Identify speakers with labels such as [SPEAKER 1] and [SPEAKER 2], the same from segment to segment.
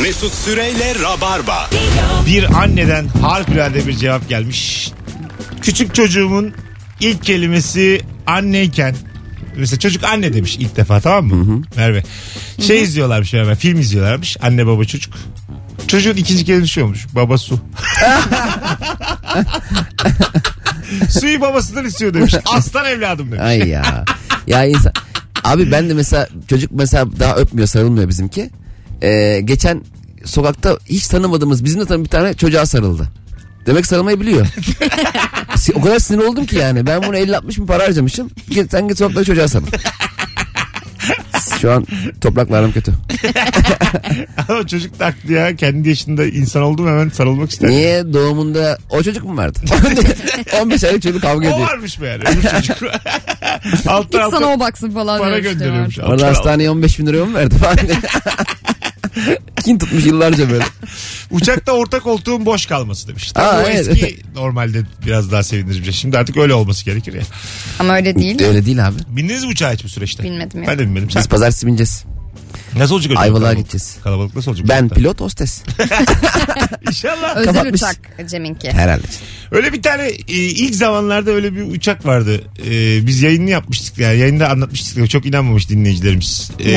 [SPEAKER 1] Mesut Süreyle Rabarba.
[SPEAKER 2] Bir anneden harikulade bir cevap gelmiş. Küçük çocuğumun ilk kelimesi anneyken mesela çocuk anne demiş ilk defa tamam mı? Merve. Şey izliyorlarmış beraber film izliyorlarmış anne baba çocuk. Çocuğun ikinci kelimesi olmuş baba su. Suyu babasından istiyor demiş. Aslan evladım demiş.
[SPEAKER 3] Ay ya. ya insan... Abi ben de mesela çocuk mesela daha öpmüyor sarılmıyor bizimki. Ee, geçen sokakta hiç tanımadığımız bizim de tanı- bir tane çocuğa sarıldı. Demek sarılmayı biliyor. Si- o kadar sinir oldum ki yani. Ben bunu 50-60 bin para harcamışım. Git, sen git sokakta çocuğa sarıl. Şu an toprakla aram kötü.
[SPEAKER 2] Ama çocuk da haklı ya. Kendi yaşında insan oldum hemen sarılmak ister.
[SPEAKER 3] Niye doğumunda o çocuk mu vardı? 15 aylık çocuk kavga
[SPEAKER 2] O
[SPEAKER 3] ediyor.
[SPEAKER 2] varmış be yani. öbür çocuk. alttan
[SPEAKER 4] Git sana
[SPEAKER 2] alttan
[SPEAKER 4] o baksın falan.
[SPEAKER 2] para
[SPEAKER 4] demişti
[SPEAKER 2] gönderiyormuş.
[SPEAKER 4] Ömer.
[SPEAKER 2] Alttan
[SPEAKER 3] Orada
[SPEAKER 2] alttan.
[SPEAKER 3] hastaneye 15 bin lira mı verdi falan. Kin tutmuş yıllarca böyle.
[SPEAKER 2] Uçakta orta koltuğun boş kalması demiş. Tabii
[SPEAKER 3] Aa,
[SPEAKER 2] o
[SPEAKER 3] evet.
[SPEAKER 2] eski normalde biraz daha sevindirici bir şey. Şimdi artık öyle olması gerekir ya.
[SPEAKER 4] Ama öyle değil.
[SPEAKER 3] Öyle değil abi.
[SPEAKER 2] Bindiniz mi uçağa hiç bu süreçte?
[SPEAKER 4] Binmedim ya.
[SPEAKER 2] Ben de binmedim. Sen,
[SPEAKER 3] Biz pazartesi bineceğiz.
[SPEAKER 2] nasıl olacak hocam?
[SPEAKER 3] Ayvalık'a
[SPEAKER 2] Kalabalık-
[SPEAKER 3] gideceğiz.
[SPEAKER 2] Kalabalık nasıl olacak?
[SPEAKER 3] Ben
[SPEAKER 2] uçakta?
[SPEAKER 3] pilot hostes.
[SPEAKER 2] İnşallah.
[SPEAKER 4] Özel
[SPEAKER 3] kapatmış.
[SPEAKER 4] uçak Cem'inki.
[SPEAKER 3] Herhalde.
[SPEAKER 2] Öyle bir tane e, ilk zamanlarda öyle bir uçak vardı. E, biz yayını yapmıştık yani yayında anlatmıştık. da Çok inanmamış dinleyicilerimiz. E,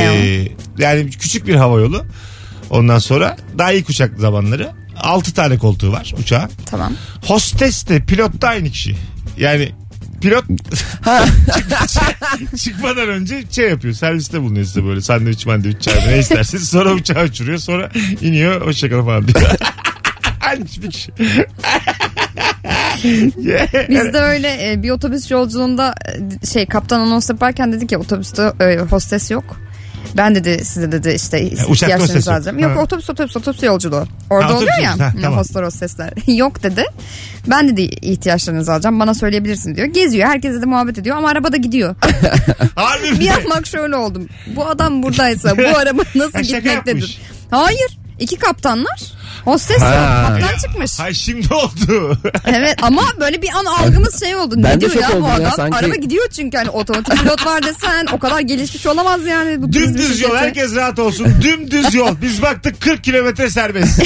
[SPEAKER 4] Ne
[SPEAKER 2] yani küçük bir hava yolu. Ondan sonra daha ilk uçak zamanları. 6 tane koltuğu var uçağın.
[SPEAKER 4] Tamam.
[SPEAKER 2] Hostes de pilot da aynı kişi. Yani pilot çık- çıkmadan önce şey yapıyor. Serviste bulunuyor size böyle sandviç mandviç çay ne isterseniz. Sonra uçağı uçuruyor. Sonra iniyor hoşçakalın falan diyor. aynı bir kişi.
[SPEAKER 4] Biz de öyle e, bir otobüs yolculuğunda e, şey kaptan anons yaparken dedi ki otobüste e, hostes yok. Ben dedi size dedi işte
[SPEAKER 2] E, hostes
[SPEAKER 4] ihtiyaçlarınızı
[SPEAKER 2] yok.
[SPEAKER 4] alacağım. Yok
[SPEAKER 2] Ha.
[SPEAKER 4] otobüs otobüs otobüs yolculuğu. Orada
[SPEAKER 2] Ha, otobüs
[SPEAKER 4] oluyor ya
[SPEAKER 2] yolculuğu. Ha,
[SPEAKER 4] hı,
[SPEAKER 2] tamam.
[SPEAKER 4] hostlar hostesler. yok dedi. Ben dedi ihtiyaçlarınızı alacağım bana söyleyebilirsin diyor. Geziyor herkese de muhabbet ediyor ama arabada gidiyor.
[SPEAKER 2] Harbi mi?
[SPEAKER 4] bir yapmak şöyle oldum. Bu adam buradaysa bu araba nasıl
[SPEAKER 2] Ha, şaka yapmış.
[SPEAKER 4] gitmektedir? Hayır. İki kaptanlar. Hostes
[SPEAKER 3] Ha.
[SPEAKER 4] yok. Kaptan çıkmış.
[SPEAKER 2] Hay şimdi oldu.
[SPEAKER 4] Evet ama böyle bir an algımız şey oldu.
[SPEAKER 3] Ben de
[SPEAKER 4] ne diyor
[SPEAKER 3] şok
[SPEAKER 4] ya bu
[SPEAKER 3] oldum ya,
[SPEAKER 4] adam?
[SPEAKER 3] sanki-
[SPEAKER 4] Araba gidiyor çünkü hani otomatik pilot var desen o kadar gelişmiş olamaz yani. Bu turizm
[SPEAKER 2] Dümdüz yol
[SPEAKER 4] şirketi.
[SPEAKER 2] herkes rahat olsun. Dümdüz yol. Biz baktık 40 kilometre serbest.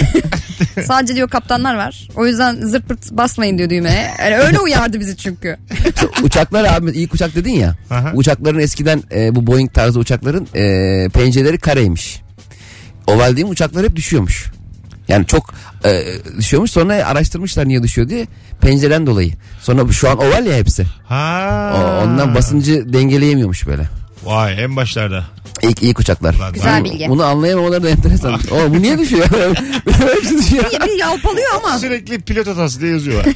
[SPEAKER 4] Sadece diyor kaptanlar var. O yüzden zırt pırt basmayın diyor düğmeye. Yani öyle uyardı bizi çünkü.
[SPEAKER 3] Uçaklar abi ilk uçak dedin ya.
[SPEAKER 2] Aha.
[SPEAKER 3] Uçakların eskiden e, bu Boeing tarzı uçakların e, pencereleri kareymiş. Oval değil mi uçaklar hep düşüyormuş. Yani çok e, düşüyormuş sonra araştırmışlar niye düşüyor diye pencereden dolayı. Sonra bu- şu an oval ya hepsi.
[SPEAKER 2] Ha.
[SPEAKER 3] O- ondan basıncı dengeleyemiyormuş böyle.
[SPEAKER 2] Vay en başlarda.
[SPEAKER 3] İlk ilk uçaklar.
[SPEAKER 2] Lan
[SPEAKER 4] Güzel
[SPEAKER 2] ben-
[SPEAKER 4] bilgi.
[SPEAKER 3] Bunu anlayamamaları da enteresan.
[SPEAKER 2] Ah.
[SPEAKER 3] o bu niye düşüyor? Hepsi düşüyor.
[SPEAKER 4] Bir, bir yalpalıyor ama.
[SPEAKER 2] Sürekli pilot hatası diye yazıyorlar.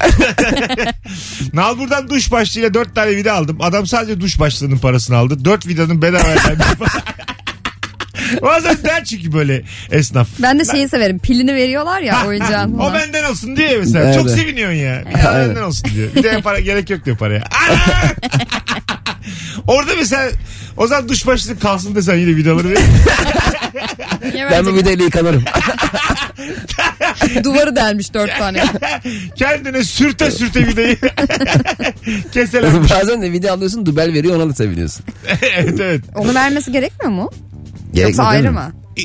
[SPEAKER 2] Nalbur'dan duş başlığıyla 4 tane vida aldım. Adam sadece duş başlığının parasını aldı. 4 vidanın bedava verdi. Bazen der çünkü böyle esnaf.
[SPEAKER 4] Ben de şeyi severim. Pilini veriyorlar ya oyuncağın.
[SPEAKER 2] o
[SPEAKER 4] falan.
[SPEAKER 2] benden olsun diye mesela.
[SPEAKER 3] Evet.
[SPEAKER 2] Çok seviniyorsun ya. Bir tane
[SPEAKER 3] Evet.
[SPEAKER 2] benden olsun diyor. Bir de para gerek yok diyor paraya. Ana! Orada mesela o zaman duş başlığı kalsın desen yine vidaları verir.
[SPEAKER 4] Niye
[SPEAKER 3] Ben
[SPEAKER 4] verecek?
[SPEAKER 3] bu videoyla yıkanırım.
[SPEAKER 4] Duvarı delmiş dört tane.
[SPEAKER 2] Kendine sürte sürte vidayı keseler.
[SPEAKER 3] Bazen de video alıyorsun dubel veriyor ona da seviniyorsun.
[SPEAKER 2] evet evet.
[SPEAKER 4] Onu vermesi gerekmiyor mu?
[SPEAKER 3] Gerek
[SPEAKER 4] Yoksa
[SPEAKER 3] yok, değil
[SPEAKER 4] ayrı
[SPEAKER 3] mi?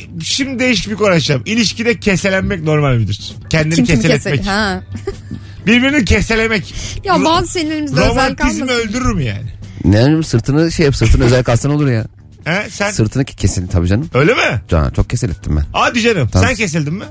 [SPEAKER 4] mı?
[SPEAKER 2] Şimdi değişik bir konuşacağım. İlişkide keselenmek normal midir? Kendini
[SPEAKER 4] Kim kim
[SPEAKER 2] keseletmek.
[SPEAKER 4] keser? Ha.
[SPEAKER 2] Birbirini keselemek.
[SPEAKER 4] Ya
[SPEAKER 2] Ro-
[SPEAKER 4] bazı şeylerimizde özel
[SPEAKER 2] Romantizmi
[SPEAKER 4] kalmasın.
[SPEAKER 2] öldürür mü yani?
[SPEAKER 3] Ne yapayım, sırtını şey yap sırtını özel kalsan olur ya.
[SPEAKER 2] He, sen
[SPEAKER 3] Sırtını ki- kesin tabii canım.
[SPEAKER 2] öyle mi?
[SPEAKER 3] Can, çok keselettim ben.
[SPEAKER 2] Hadi canım.
[SPEAKER 3] Tamam.
[SPEAKER 2] Sen kesildin mi?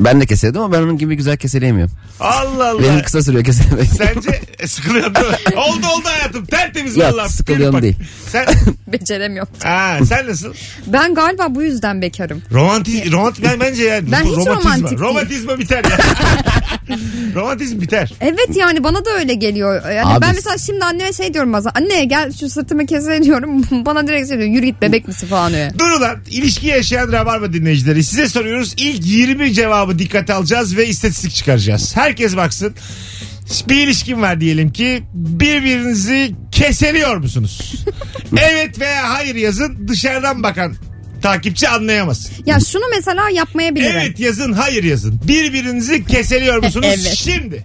[SPEAKER 3] Ben de kesildim ama ben onun gibi güzel keseleyemiyorum.
[SPEAKER 2] Allah Allah.
[SPEAKER 3] Benim kısa sürüyor kesilmek.
[SPEAKER 2] Sence e, sıkılıyorsun değil mi? oldu oldu hayatım. Tertemiz
[SPEAKER 3] Yok,
[SPEAKER 2] vallahi.
[SPEAKER 3] sıkılıyorum
[SPEAKER 2] Bak.
[SPEAKER 3] değil.
[SPEAKER 2] Sen,
[SPEAKER 4] Beceremiyorum.
[SPEAKER 2] ha, sen nasıl?
[SPEAKER 4] Ben galiba bu yüzden bekarım.
[SPEAKER 2] Romantiz, romant, ben bence yani.
[SPEAKER 4] Ben hiç
[SPEAKER 2] romantizma.
[SPEAKER 4] romantik değilim.
[SPEAKER 2] Romantizma biter ya. Romantizm biter.
[SPEAKER 4] Evet yani bana da öyle geliyor. Yani
[SPEAKER 3] Abi-
[SPEAKER 4] ben mesela şimdi anneme şey diyorum bazen. Anne gel şu sırtımı kesene diyorum. bana direkt şey diyor. Yürü git bebek misin falan diyor.
[SPEAKER 2] Dur ulan ilişki yaşayan Rabarba dinleyicileri size soruyoruz. İlk 20 cevabı dikkate alacağız ve istatistik çıkaracağız. Herkes baksın. Bir ilişkin var diyelim ki birbirinizi keseliyor musunuz? evet veya hayır yazın dışarıdan bakan takipçi anlayamaz.
[SPEAKER 4] Ya şunu mesela yapmayabilirim.
[SPEAKER 2] Evet yazın hayır yazın. Birbirinizi keseliyor musunuz?
[SPEAKER 4] Evet.
[SPEAKER 2] Şimdi.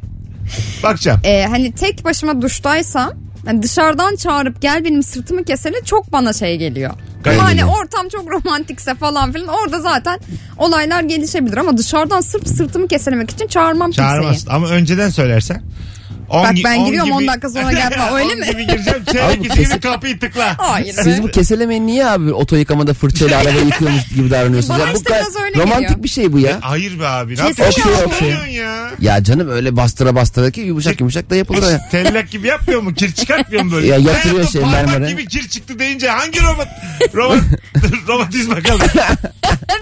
[SPEAKER 2] Bakacağım.
[SPEAKER 4] Ee, hani tek başıma duştaysam hani dışarıdan çağırıp gel benim sırtımı kesene çok bana şey geliyor.
[SPEAKER 2] Gayet
[SPEAKER 4] Ama hani
[SPEAKER 3] iyi.
[SPEAKER 4] ortam çok romantikse falan filan orada zaten olaylar gelişebilir ama dışarıdan sırf sırtımı keselemek için çağırmam
[SPEAKER 2] Çağırmaz.
[SPEAKER 4] kimseyi.
[SPEAKER 2] Ama önceden söylersen. On
[SPEAKER 4] Bak
[SPEAKER 2] gi-
[SPEAKER 4] ben
[SPEAKER 2] on
[SPEAKER 4] giriyorum,
[SPEAKER 2] gibi-
[SPEAKER 4] on dakika sonra gelme,
[SPEAKER 2] On
[SPEAKER 4] öyle mi?
[SPEAKER 2] gibi gireceğim.
[SPEAKER 3] Abi bu
[SPEAKER 2] Çeyrek
[SPEAKER 3] kesin-
[SPEAKER 2] gibi kapıyı tıkla.
[SPEAKER 4] Hayır.
[SPEAKER 3] Siz bu keselemeyi niye abi oto yıkamada fırçayla arabayı yıkıyormuş gibi davranıyorsunuz?
[SPEAKER 4] Bana
[SPEAKER 3] ya, bu
[SPEAKER 4] işte biraz öyle
[SPEAKER 3] romantik
[SPEAKER 4] geliyor.
[SPEAKER 3] bir şey bu ya.
[SPEAKER 2] Hayır be abi. Ne
[SPEAKER 4] Kesin
[SPEAKER 2] yapıyorsun?
[SPEAKER 3] ya.
[SPEAKER 2] Ne yapıyorsun ya?
[SPEAKER 3] Ya canım öyle bastıra bastıra ki yumuşak yumuşak da yapılır. o ya.
[SPEAKER 2] Tellak gibi yapmıyor mu? Kir çıkartmıyor mu böyle?
[SPEAKER 3] Ya yatırıyor
[SPEAKER 2] Hayatım
[SPEAKER 3] şey
[SPEAKER 2] parmak
[SPEAKER 3] mermere.
[SPEAKER 2] gibi kir çıktı deyince hangi robot? Robot. Robotizma kaldı.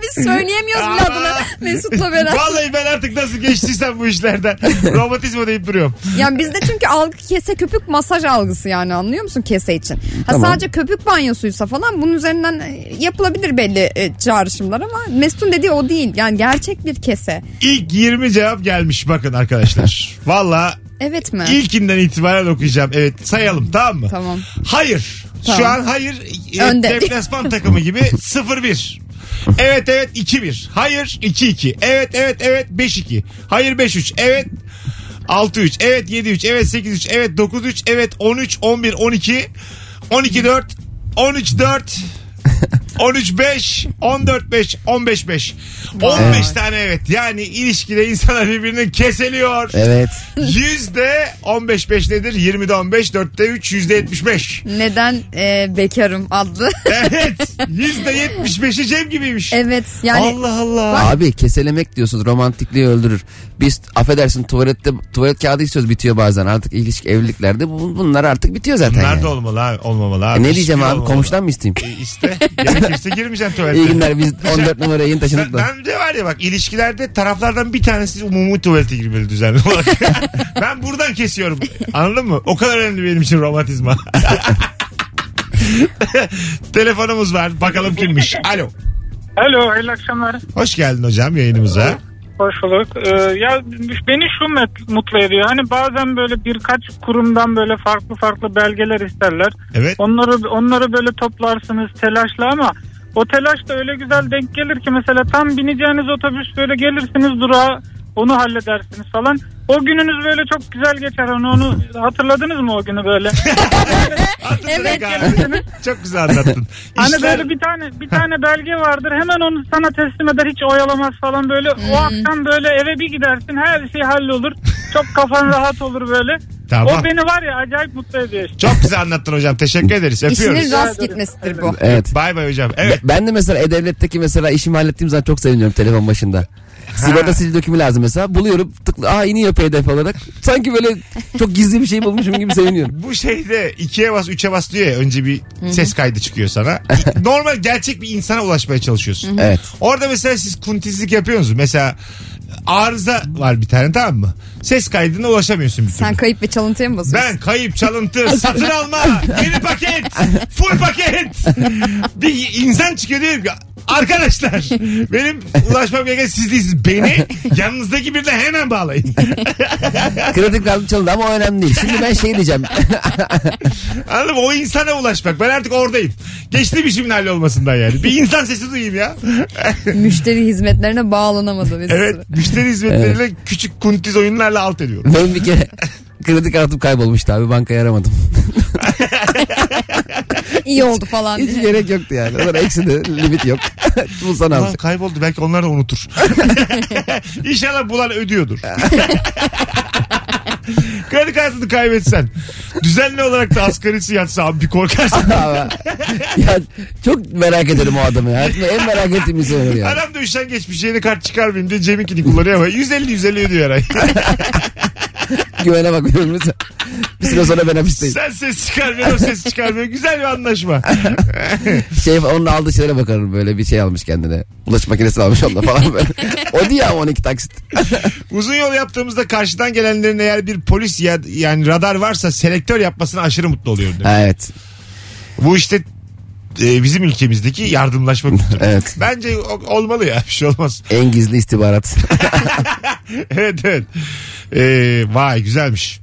[SPEAKER 4] Biz söyleyemiyoruz bile adını Mesut'la beraber.
[SPEAKER 2] Vallahi ben artık nasıl geçtiysem bu işlerden. Robotizma deyip duruyorum.
[SPEAKER 4] Yani bizde çünkü algı kese köpük masaj algısı yani anlıyor musun kese için. Ha
[SPEAKER 3] Tamam.
[SPEAKER 4] sadece köpük banyosuysa falan bunun üzerinden e, yapılabilir belli e, çağrışımlar ama Mesut'un dediği o değil. Yani gerçek bir kese.
[SPEAKER 2] İlk 20 cevap gelmiş bakın arkadaşlar. Valla
[SPEAKER 4] Evet mi?
[SPEAKER 2] ilkinden itibaren okuyacağım. Evet sayalım tamam mı?
[SPEAKER 4] Tamam.
[SPEAKER 2] Hayır. Şu
[SPEAKER 4] Tamam.
[SPEAKER 2] an hayır. e,
[SPEAKER 4] Önde.
[SPEAKER 2] Deplasman takımı gibi 0-1. Evet evet 2-1. Hayır 2-2. Evet evet evet 5-2. Hayır 5-3. Evet 6-3. Evet 7-3. Evet 8-3. Evet 9-3. Evet 13-11. 12. 12-4. 13-4. 13-5, 14-5, 15-5. 15 tane evet. Yani ilişkide insanlar birbirini keseliyor.
[SPEAKER 3] Evet.
[SPEAKER 2] Yüzde 15 5 nedir? 20'de 15, 4'te 3, yüzde 75.
[SPEAKER 4] Neden e, bekarım adlı.
[SPEAKER 2] Evet. Yüzde 75'i Cem gibiymiş.
[SPEAKER 4] evet yani
[SPEAKER 2] Allah Allah.
[SPEAKER 3] Abi keselemek diyorsunuz romantikliği öldürür. Biz affedersin tuvalette tuvalet kağıdı istiyoruz bitiyor bazen. Artık ilişki evliliklerde bu- bunlar artık bitiyor zaten.
[SPEAKER 2] Bunlar
[SPEAKER 3] yani.
[SPEAKER 2] da olmalı abi. Olmamalı abi.
[SPEAKER 3] E ne
[SPEAKER 2] Hiçbir
[SPEAKER 3] diyeceğim abi
[SPEAKER 2] olmamalı.
[SPEAKER 3] komşudan mı isteyeyim?
[SPEAKER 2] E İşte. Gerekirse girmeyeceğim tuvalete.
[SPEAKER 3] İyi günler biz 14 numaraya yeni taşındık
[SPEAKER 2] Ben,
[SPEAKER 3] da.
[SPEAKER 2] ben de var ya bak ilişkilerde taraflardan bir tanesi umumi tuvalete girmeli düzenli olarak. ben buradan kesiyorum. Anladın mı? O kadar önemli benim için romantizma. Telefonumuz var. Bakalım kimmiş. Alo.
[SPEAKER 5] Alo, hayırlı akşamlar.
[SPEAKER 2] Hoş geldin hocam yayınımıza.
[SPEAKER 5] Hoş bulduk. Ee, ya beni şu met- mutlu ediyor. Hani bazen böyle birkaç kurumdan böyle farklı farklı belgeler isterler.
[SPEAKER 2] Evet.
[SPEAKER 5] Onları onları böyle toplarsınız telaşla ama o telaş da öyle güzel denk gelir ki mesela tam bineceğiniz otobüs böyle gelirsiniz durağa onu halledersiniz falan. O gününüz böyle çok güzel geçer. Onu, onu hatırladınız mı o günü böyle?
[SPEAKER 2] Anladın
[SPEAKER 4] Evet.
[SPEAKER 2] galiba. Çok güzel anlattın.
[SPEAKER 5] Hani
[SPEAKER 2] İşler,
[SPEAKER 5] böyle bir tane bir tane belge vardır. Hemen onu sana teslim eder hiç oyalamaz falan böyle. O akşam böyle eve bir gidersin her şey hallolur. Çok kafan rahat olur böyle.
[SPEAKER 2] Tamam.
[SPEAKER 5] O beni var ya acayip mutlu ediyor işte.
[SPEAKER 2] Çok güzel anlattın hocam. Teşekkür ederiz. Öpüyoruz.
[SPEAKER 4] işinin rast
[SPEAKER 5] Rica ederim.
[SPEAKER 4] gitmesidir bu.
[SPEAKER 3] Evet.
[SPEAKER 2] Bay bay hocam. Evet.
[SPEAKER 3] Ben de mesela E-Devlet'teki mesela işimi hallettiğim zaman çok seviniyorum telefon başında. Sigorta sicil dökümü lazım mesela. Buluyorum tıkla. Aa iniyor PDF olarak. Sanki böyle çok gizli bir şey bulmuşum gibi seviniyorum.
[SPEAKER 2] Bu şeyde ikiye bas üçe bas diyor ya önce bir ses kaydı çıkıyor sana. Normal gerçek bir insana ulaşmaya çalışıyorsun.
[SPEAKER 3] Evet.
[SPEAKER 2] Orada mesela siz kuntizlik yapıyorsunuz. Mesela arıza var bir tane tamam mı? Ses kaydına ulaşamıyorsun bir türlü.
[SPEAKER 4] Sen kayıp ve çalıntıya mı basıyorsun?
[SPEAKER 2] Ben kayıp çalıntı satın alma yeni paket full paket bir insan çıkıyor diyor ki arkadaşlar benim ulaşmam gereken siz değilsiniz beni yanınızdaki birine hemen bağlayın
[SPEAKER 3] Kredi kartım çalındı ama o önemli değil. Şimdi ben şey diyeceğim.
[SPEAKER 2] anladın mı o insana ulaşmak ben artık oradayım geçti bir şimdi hallolmasından yani bir insan sesi duyayım ya
[SPEAKER 4] Müşteri hizmetlerine bağlanamadı Mesut.
[SPEAKER 2] evet müşteri hizmetleriyle küçük kuntiz oyunlarla alt ediyorum
[SPEAKER 3] Benim bir kere kredi kartım kaybolmuştu abi. Bankayı aramadım.
[SPEAKER 4] İyi oldu falan
[SPEAKER 3] Hiç
[SPEAKER 4] diye.
[SPEAKER 3] gerek yoktu yani. O kadar eksidi. Limit yok. Bulsan
[SPEAKER 2] Ulan
[SPEAKER 3] abi.
[SPEAKER 2] kayboldu belki onlar da unutur. İnşallah bulan ödüyordur. Kredi kartını kaybetsen düzenli olarak da asgarisi yatsa abi bir korkarsın.
[SPEAKER 3] Abi. ya çok merak ederim o adamı. ya. Hayatımda en merak ettiğim insan olur ya.
[SPEAKER 2] Adam da üşen geçmiş yeni kart çıkarmayayım diye Cem'inkini kullanıyor ama 150 150 ödüyor her ay.
[SPEAKER 3] Güvene bakmıyorum lütfen. Bir süre sonra ben hapisteyim.
[SPEAKER 2] Sen ses çıkarmıyor o ses çıkarmıyor. Güzel bir anlaşma.
[SPEAKER 3] şey onun aldığı şeylere bakarım böyle bir şey almış kendine. Bulaş makinesi almış onda falan böyle. o diye ama 12 taksit.
[SPEAKER 2] Uzun yol yaptığımızda karşıdan gelenlerin eğer bir polis ya yani radar varsa selektör yapmasına aşırı mutlu oluyorum. demiş.
[SPEAKER 3] Ha, evet.
[SPEAKER 2] Bu işte e, bizim ülkemizdeki yardımlaşma kültürü.
[SPEAKER 3] Evet.
[SPEAKER 2] Bence o- olmalı ya bir şey olmaz.
[SPEAKER 3] En gizli istihbarat.
[SPEAKER 2] evet evet. Ee, vay güzelmiş.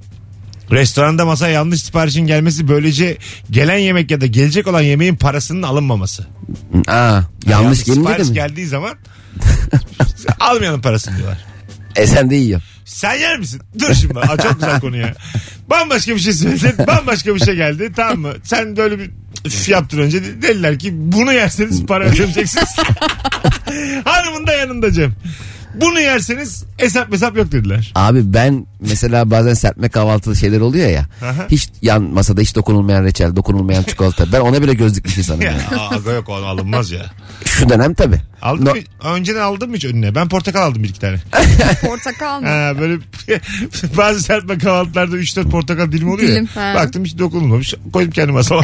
[SPEAKER 2] Restoranda masaya yanlış siparişin gelmesi böylece gelen yemek ya da gelecek olan yemeğin parasının alınmaması.
[SPEAKER 3] Aa, yanlış gelince de
[SPEAKER 2] sipariş
[SPEAKER 3] mi?
[SPEAKER 2] geldiği zaman almayalım parasını diyorlar.
[SPEAKER 3] E sen de yiyor.
[SPEAKER 2] Sen yer misin? Dur şimdi. Aa, çok güzel konu ya. Bambaşka bir şey söyledin. Bambaşka bir şey geldi. Tamam mı? Sen böyle bir üf yaptın önce. Dediler ki bunu yerseniz para ödemeyeceksiniz. Hanımın da yanında Cem. Bunu yerseniz hesap hesap yok dediler.
[SPEAKER 3] Abi ben mesela bazen serpme kahvaltılı şeyler oluyor ya.
[SPEAKER 2] Aha.
[SPEAKER 3] hiç yan masada hiç dokunulmayan reçel, dokunulmayan çikolata. Ben ona bile göz dikmiş insanım.
[SPEAKER 2] Ya,
[SPEAKER 3] yani.
[SPEAKER 2] aa, yok o alınmaz ya.
[SPEAKER 3] Şu dönem tabii.
[SPEAKER 2] Aldın
[SPEAKER 3] No-
[SPEAKER 2] mı? Önceden aldın mı hiç önüne? Ben portakal aldım bir iki tane.
[SPEAKER 4] Portakal mı?
[SPEAKER 2] Ha, böyle bazı serpme kahvaltılarda 3-4 portakal dilimi oluyor
[SPEAKER 4] Dilim,
[SPEAKER 2] ya.
[SPEAKER 4] ha.
[SPEAKER 2] Baktım hiç dokunulmamış. Koydum kendi masama.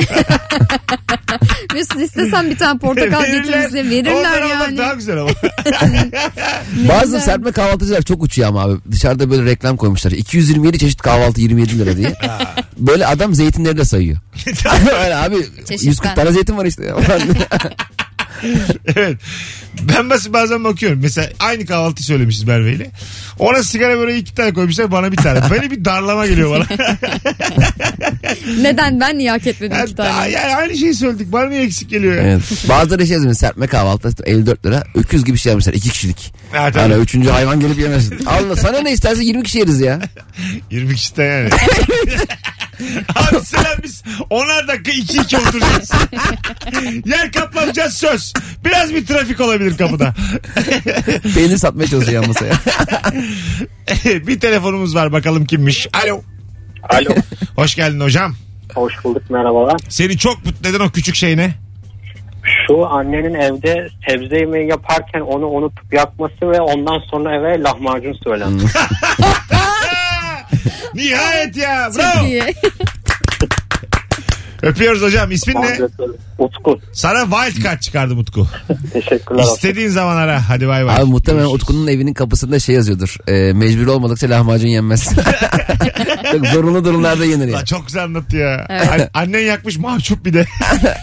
[SPEAKER 4] Mesut istesen bir tane portakal getir bize
[SPEAKER 2] Ondan
[SPEAKER 4] verirler
[SPEAKER 2] almak
[SPEAKER 4] yani.
[SPEAKER 2] daha güzel ama.
[SPEAKER 3] Bazı serpme kahvaltıcılar çok uçuyor ama abi. Dışarıda böyle reklam koymuşlar. 227 çeşit kahvaltı 27 lira diye. böyle adam zeytinleri de sayıyor. Öyle abi
[SPEAKER 4] Çeşitten.
[SPEAKER 3] 140 tane zeytin var işte.
[SPEAKER 2] evet. Ben bas- bazen bakıyorum. Mesela aynı kahvaltı söylemişiz Merve ile. Ona sigara böyle iki tane koymuşlar bana bir tane. Böyle bir darlama geliyor bana.
[SPEAKER 4] Neden ben niye hak etmedim iki tane?
[SPEAKER 2] yani, aynı şeyi söyledik. Bana niye eksik geliyor ya?
[SPEAKER 3] evet. Bazıları şey yazmış serpme kahvaltı 54 lira. Öküz gibi şey yapmışlar 2 kişilik.
[SPEAKER 2] Ha, tabii.
[SPEAKER 3] Yani üçüncü hayvan gelip yemesin. Allah sana ne isterse 20 kişi yeriz ya.
[SPEAKER 2] 20 kişi de yani. Abi selam biz 10'ar dakika 2-2 oturacağız. Yer kaplanacağız söz. Biraz bir trafik olabilir kapıda.
[SPEAKER 3] Peynir satmaya çalışıyor yan masaya.
[SPEAKER 2] bir telefonumuz var bakalım kimmiş. Alo.
[SPEAKER 6] Alo.
[SPEAKER 2] Hoş geldin hocam.
[SPEAKER 6] Hoş bulduk merhabalar.
[SPEAKER 2] Seni çok mutlu eden o küçük şey ne?
[SPEAKER 6] Şu annenin evde sebze yemeği yaparken onu unutup yakması ve ondan sonra eve lahmacun söylenmesi.
[SPEAKER 2] Nihayet ya.
[SPEAKER 4] Çok
[SPEAKER 2] Bravo.
[SPEAKER 4] iyi.
[SPEAKER 2] Öpüyoruz hocam. İsmin ne?
[SPEAKER 6] Utku.
[SPEAKER 2] Sana wild card çıkardım Utku.
[SPEAKER 6] Teşekkürler.
[SPEAKER 2] İstediğin zaman ara. Hadi bay bay.
[SPEAKER 3] Abi muhtemelen Utku'nun evinin kapısında şey yazıyordur. E, mecbur olmadıkça lahmacun yenmez. Yok, zorunlu durumlarda yenir ya.
[SPEAKER 2] La çok güzel anlattı ya.
[SPEAKER 4] Evet.
[SPEAKER 2] An- annen yakmış mahcup bir de.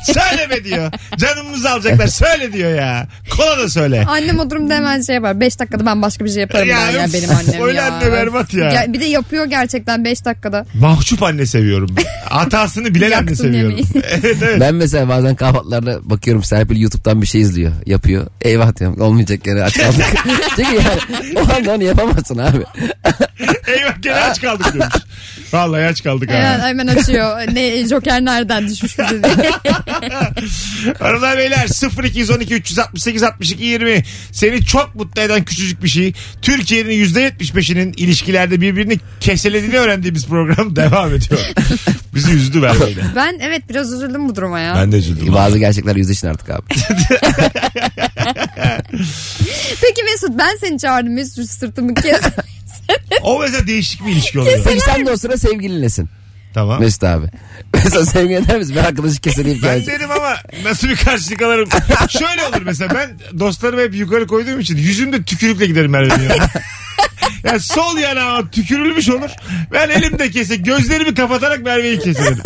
[SPEAKER 2] söyleme diyor. Canımızı alacaklar. Söyle diyor ya. Kola da söyle.
[SPEAKER 4] Annem o durumda hemen şey yapar. 5 dakikada ben başka bir şey yaparım
[SPEAKER 2] Ya
[SPEAKER 4] der ya
[SPEAKER 2] öf,
[SPEAKER 4] benim annem
[SPEAKER 2] öyle
[SPEAKER 4] ya.
[SPEAKER 2] anne berbat ya.
[SPEAKER 4] Bir de yapıyor gerçekten 5 dakikada.
[SPEAKER 2] Mahcup anne seviyorum. ben. Hatasını bilen anne
[SPEAKER 4] Yaktın
[SPEAKER 2] seviyorum.
[SPEAKER 4] yemeği.
[SPEAKER 2] evet evet.
[SPEAKER 3] Ben mesela bazen kahvaltılarda bakıyorum Serpil YouTube'dan bir şey izliyor. Yapıyor. Eyvah diyorum olmayacak gene aç kaldık. Çünkü yani o anda onu yapamazsın abi.
[SPEAKER 2] E, Eyvah gene aç kaldık demiş. Vallahi aç kaldık
[SPEAKER 4] Hemen,
[SPEAKER 2] ha.
[SPEAKER 4] hemen açıyor. Ne Joker nereden düşmüş bize diye.
[SPEAKER 2] Hanımlar beyler 0212 368 62 20 seni çok mutlu eden küçücük bir şey. Türkiye'nin %75'inin ilişkilerde birbirini keselediğini öğrendiğimiz program devam ediyor. Bizi üzdü ben böyle.
[SPEAKER 4] Ben evet biraz üzüldüm bu duruma ya.
[SPEAKER 2] Ben de üzüldüm.
[SPEAKER 3] Bazı gerçekler yüzleşin artık abi.
[SPEAKER 4] Peki Mesut ben seni çağırdım Mesut sırtımı kes.
[SPEAKER 2] O mesela değişik bir ilişki oluyor.
[SPEAKER 3] Peki sen de o sıra sevgilinlesin
[SPEAKER 2] Tamam.
[SPEAKER 3] Mesut abi. Mesela sevgilin der misin? Ben arkadaşı kesileyim
[SPEAKER 2] Ben
[SPEAKER 3] geleceğim.
[SPEAKER 2] dedim ama nasıl bir karşılık alırım? Şöyle olur mesela ben dostlarımı hep yukarı koyduğum için yüzümde tükürükle giderim Merve'nin yanına. Yani sol yanağıma tükürülmüş olur. Ben elimde kese gözlerimi kapatarak Merve'yi keserim.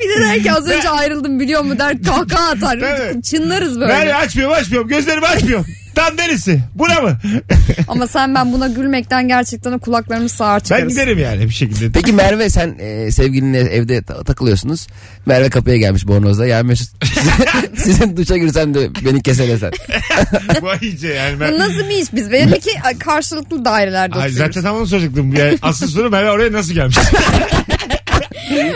[SPEAKER 4] Bir de der ki az önce ayrıldım biliyor mu der kahkaha atar.
[SPEAKER 2] Evet.
[SPEAKER 4] Çınlarız
[SPEAKER 2] Merve
[SPEAKER 4] böyle.
[SPEAKER 2] açmıyorum açmıyorum gözlerimi açmıyorum. Tam neresi? Buna mı?
[SPEAKER 4] Ama sen ben buna gülmekten gerçekten kulaklarımız sağır
[SPEAKER 2] Ben
[SPEAKER 4] çıkarız.
[SPEAKER 2] giderim yani bir şekilde.
[SPEAKER 3] Peki Merve sen e, sevgilinle evde ta- takılıyorsunuz. Merve kapıya gelmiş bornozda. Ya Mesut sizin duşa girsen de beni keselesen.
[SPEAKER 2] Vay iyice yani. Ben...
[SPEAKER 4] Bu nasıl bir iş biz? Belli ki karşılıklı dairelerde
[SPEAKER 2] Ay,
[SPEAKER 4] oturuyoruz.
[SPEAKER 2] zaten tam onu soracaktım. Yani asıl soru Merve oraya nasıl gelmiş?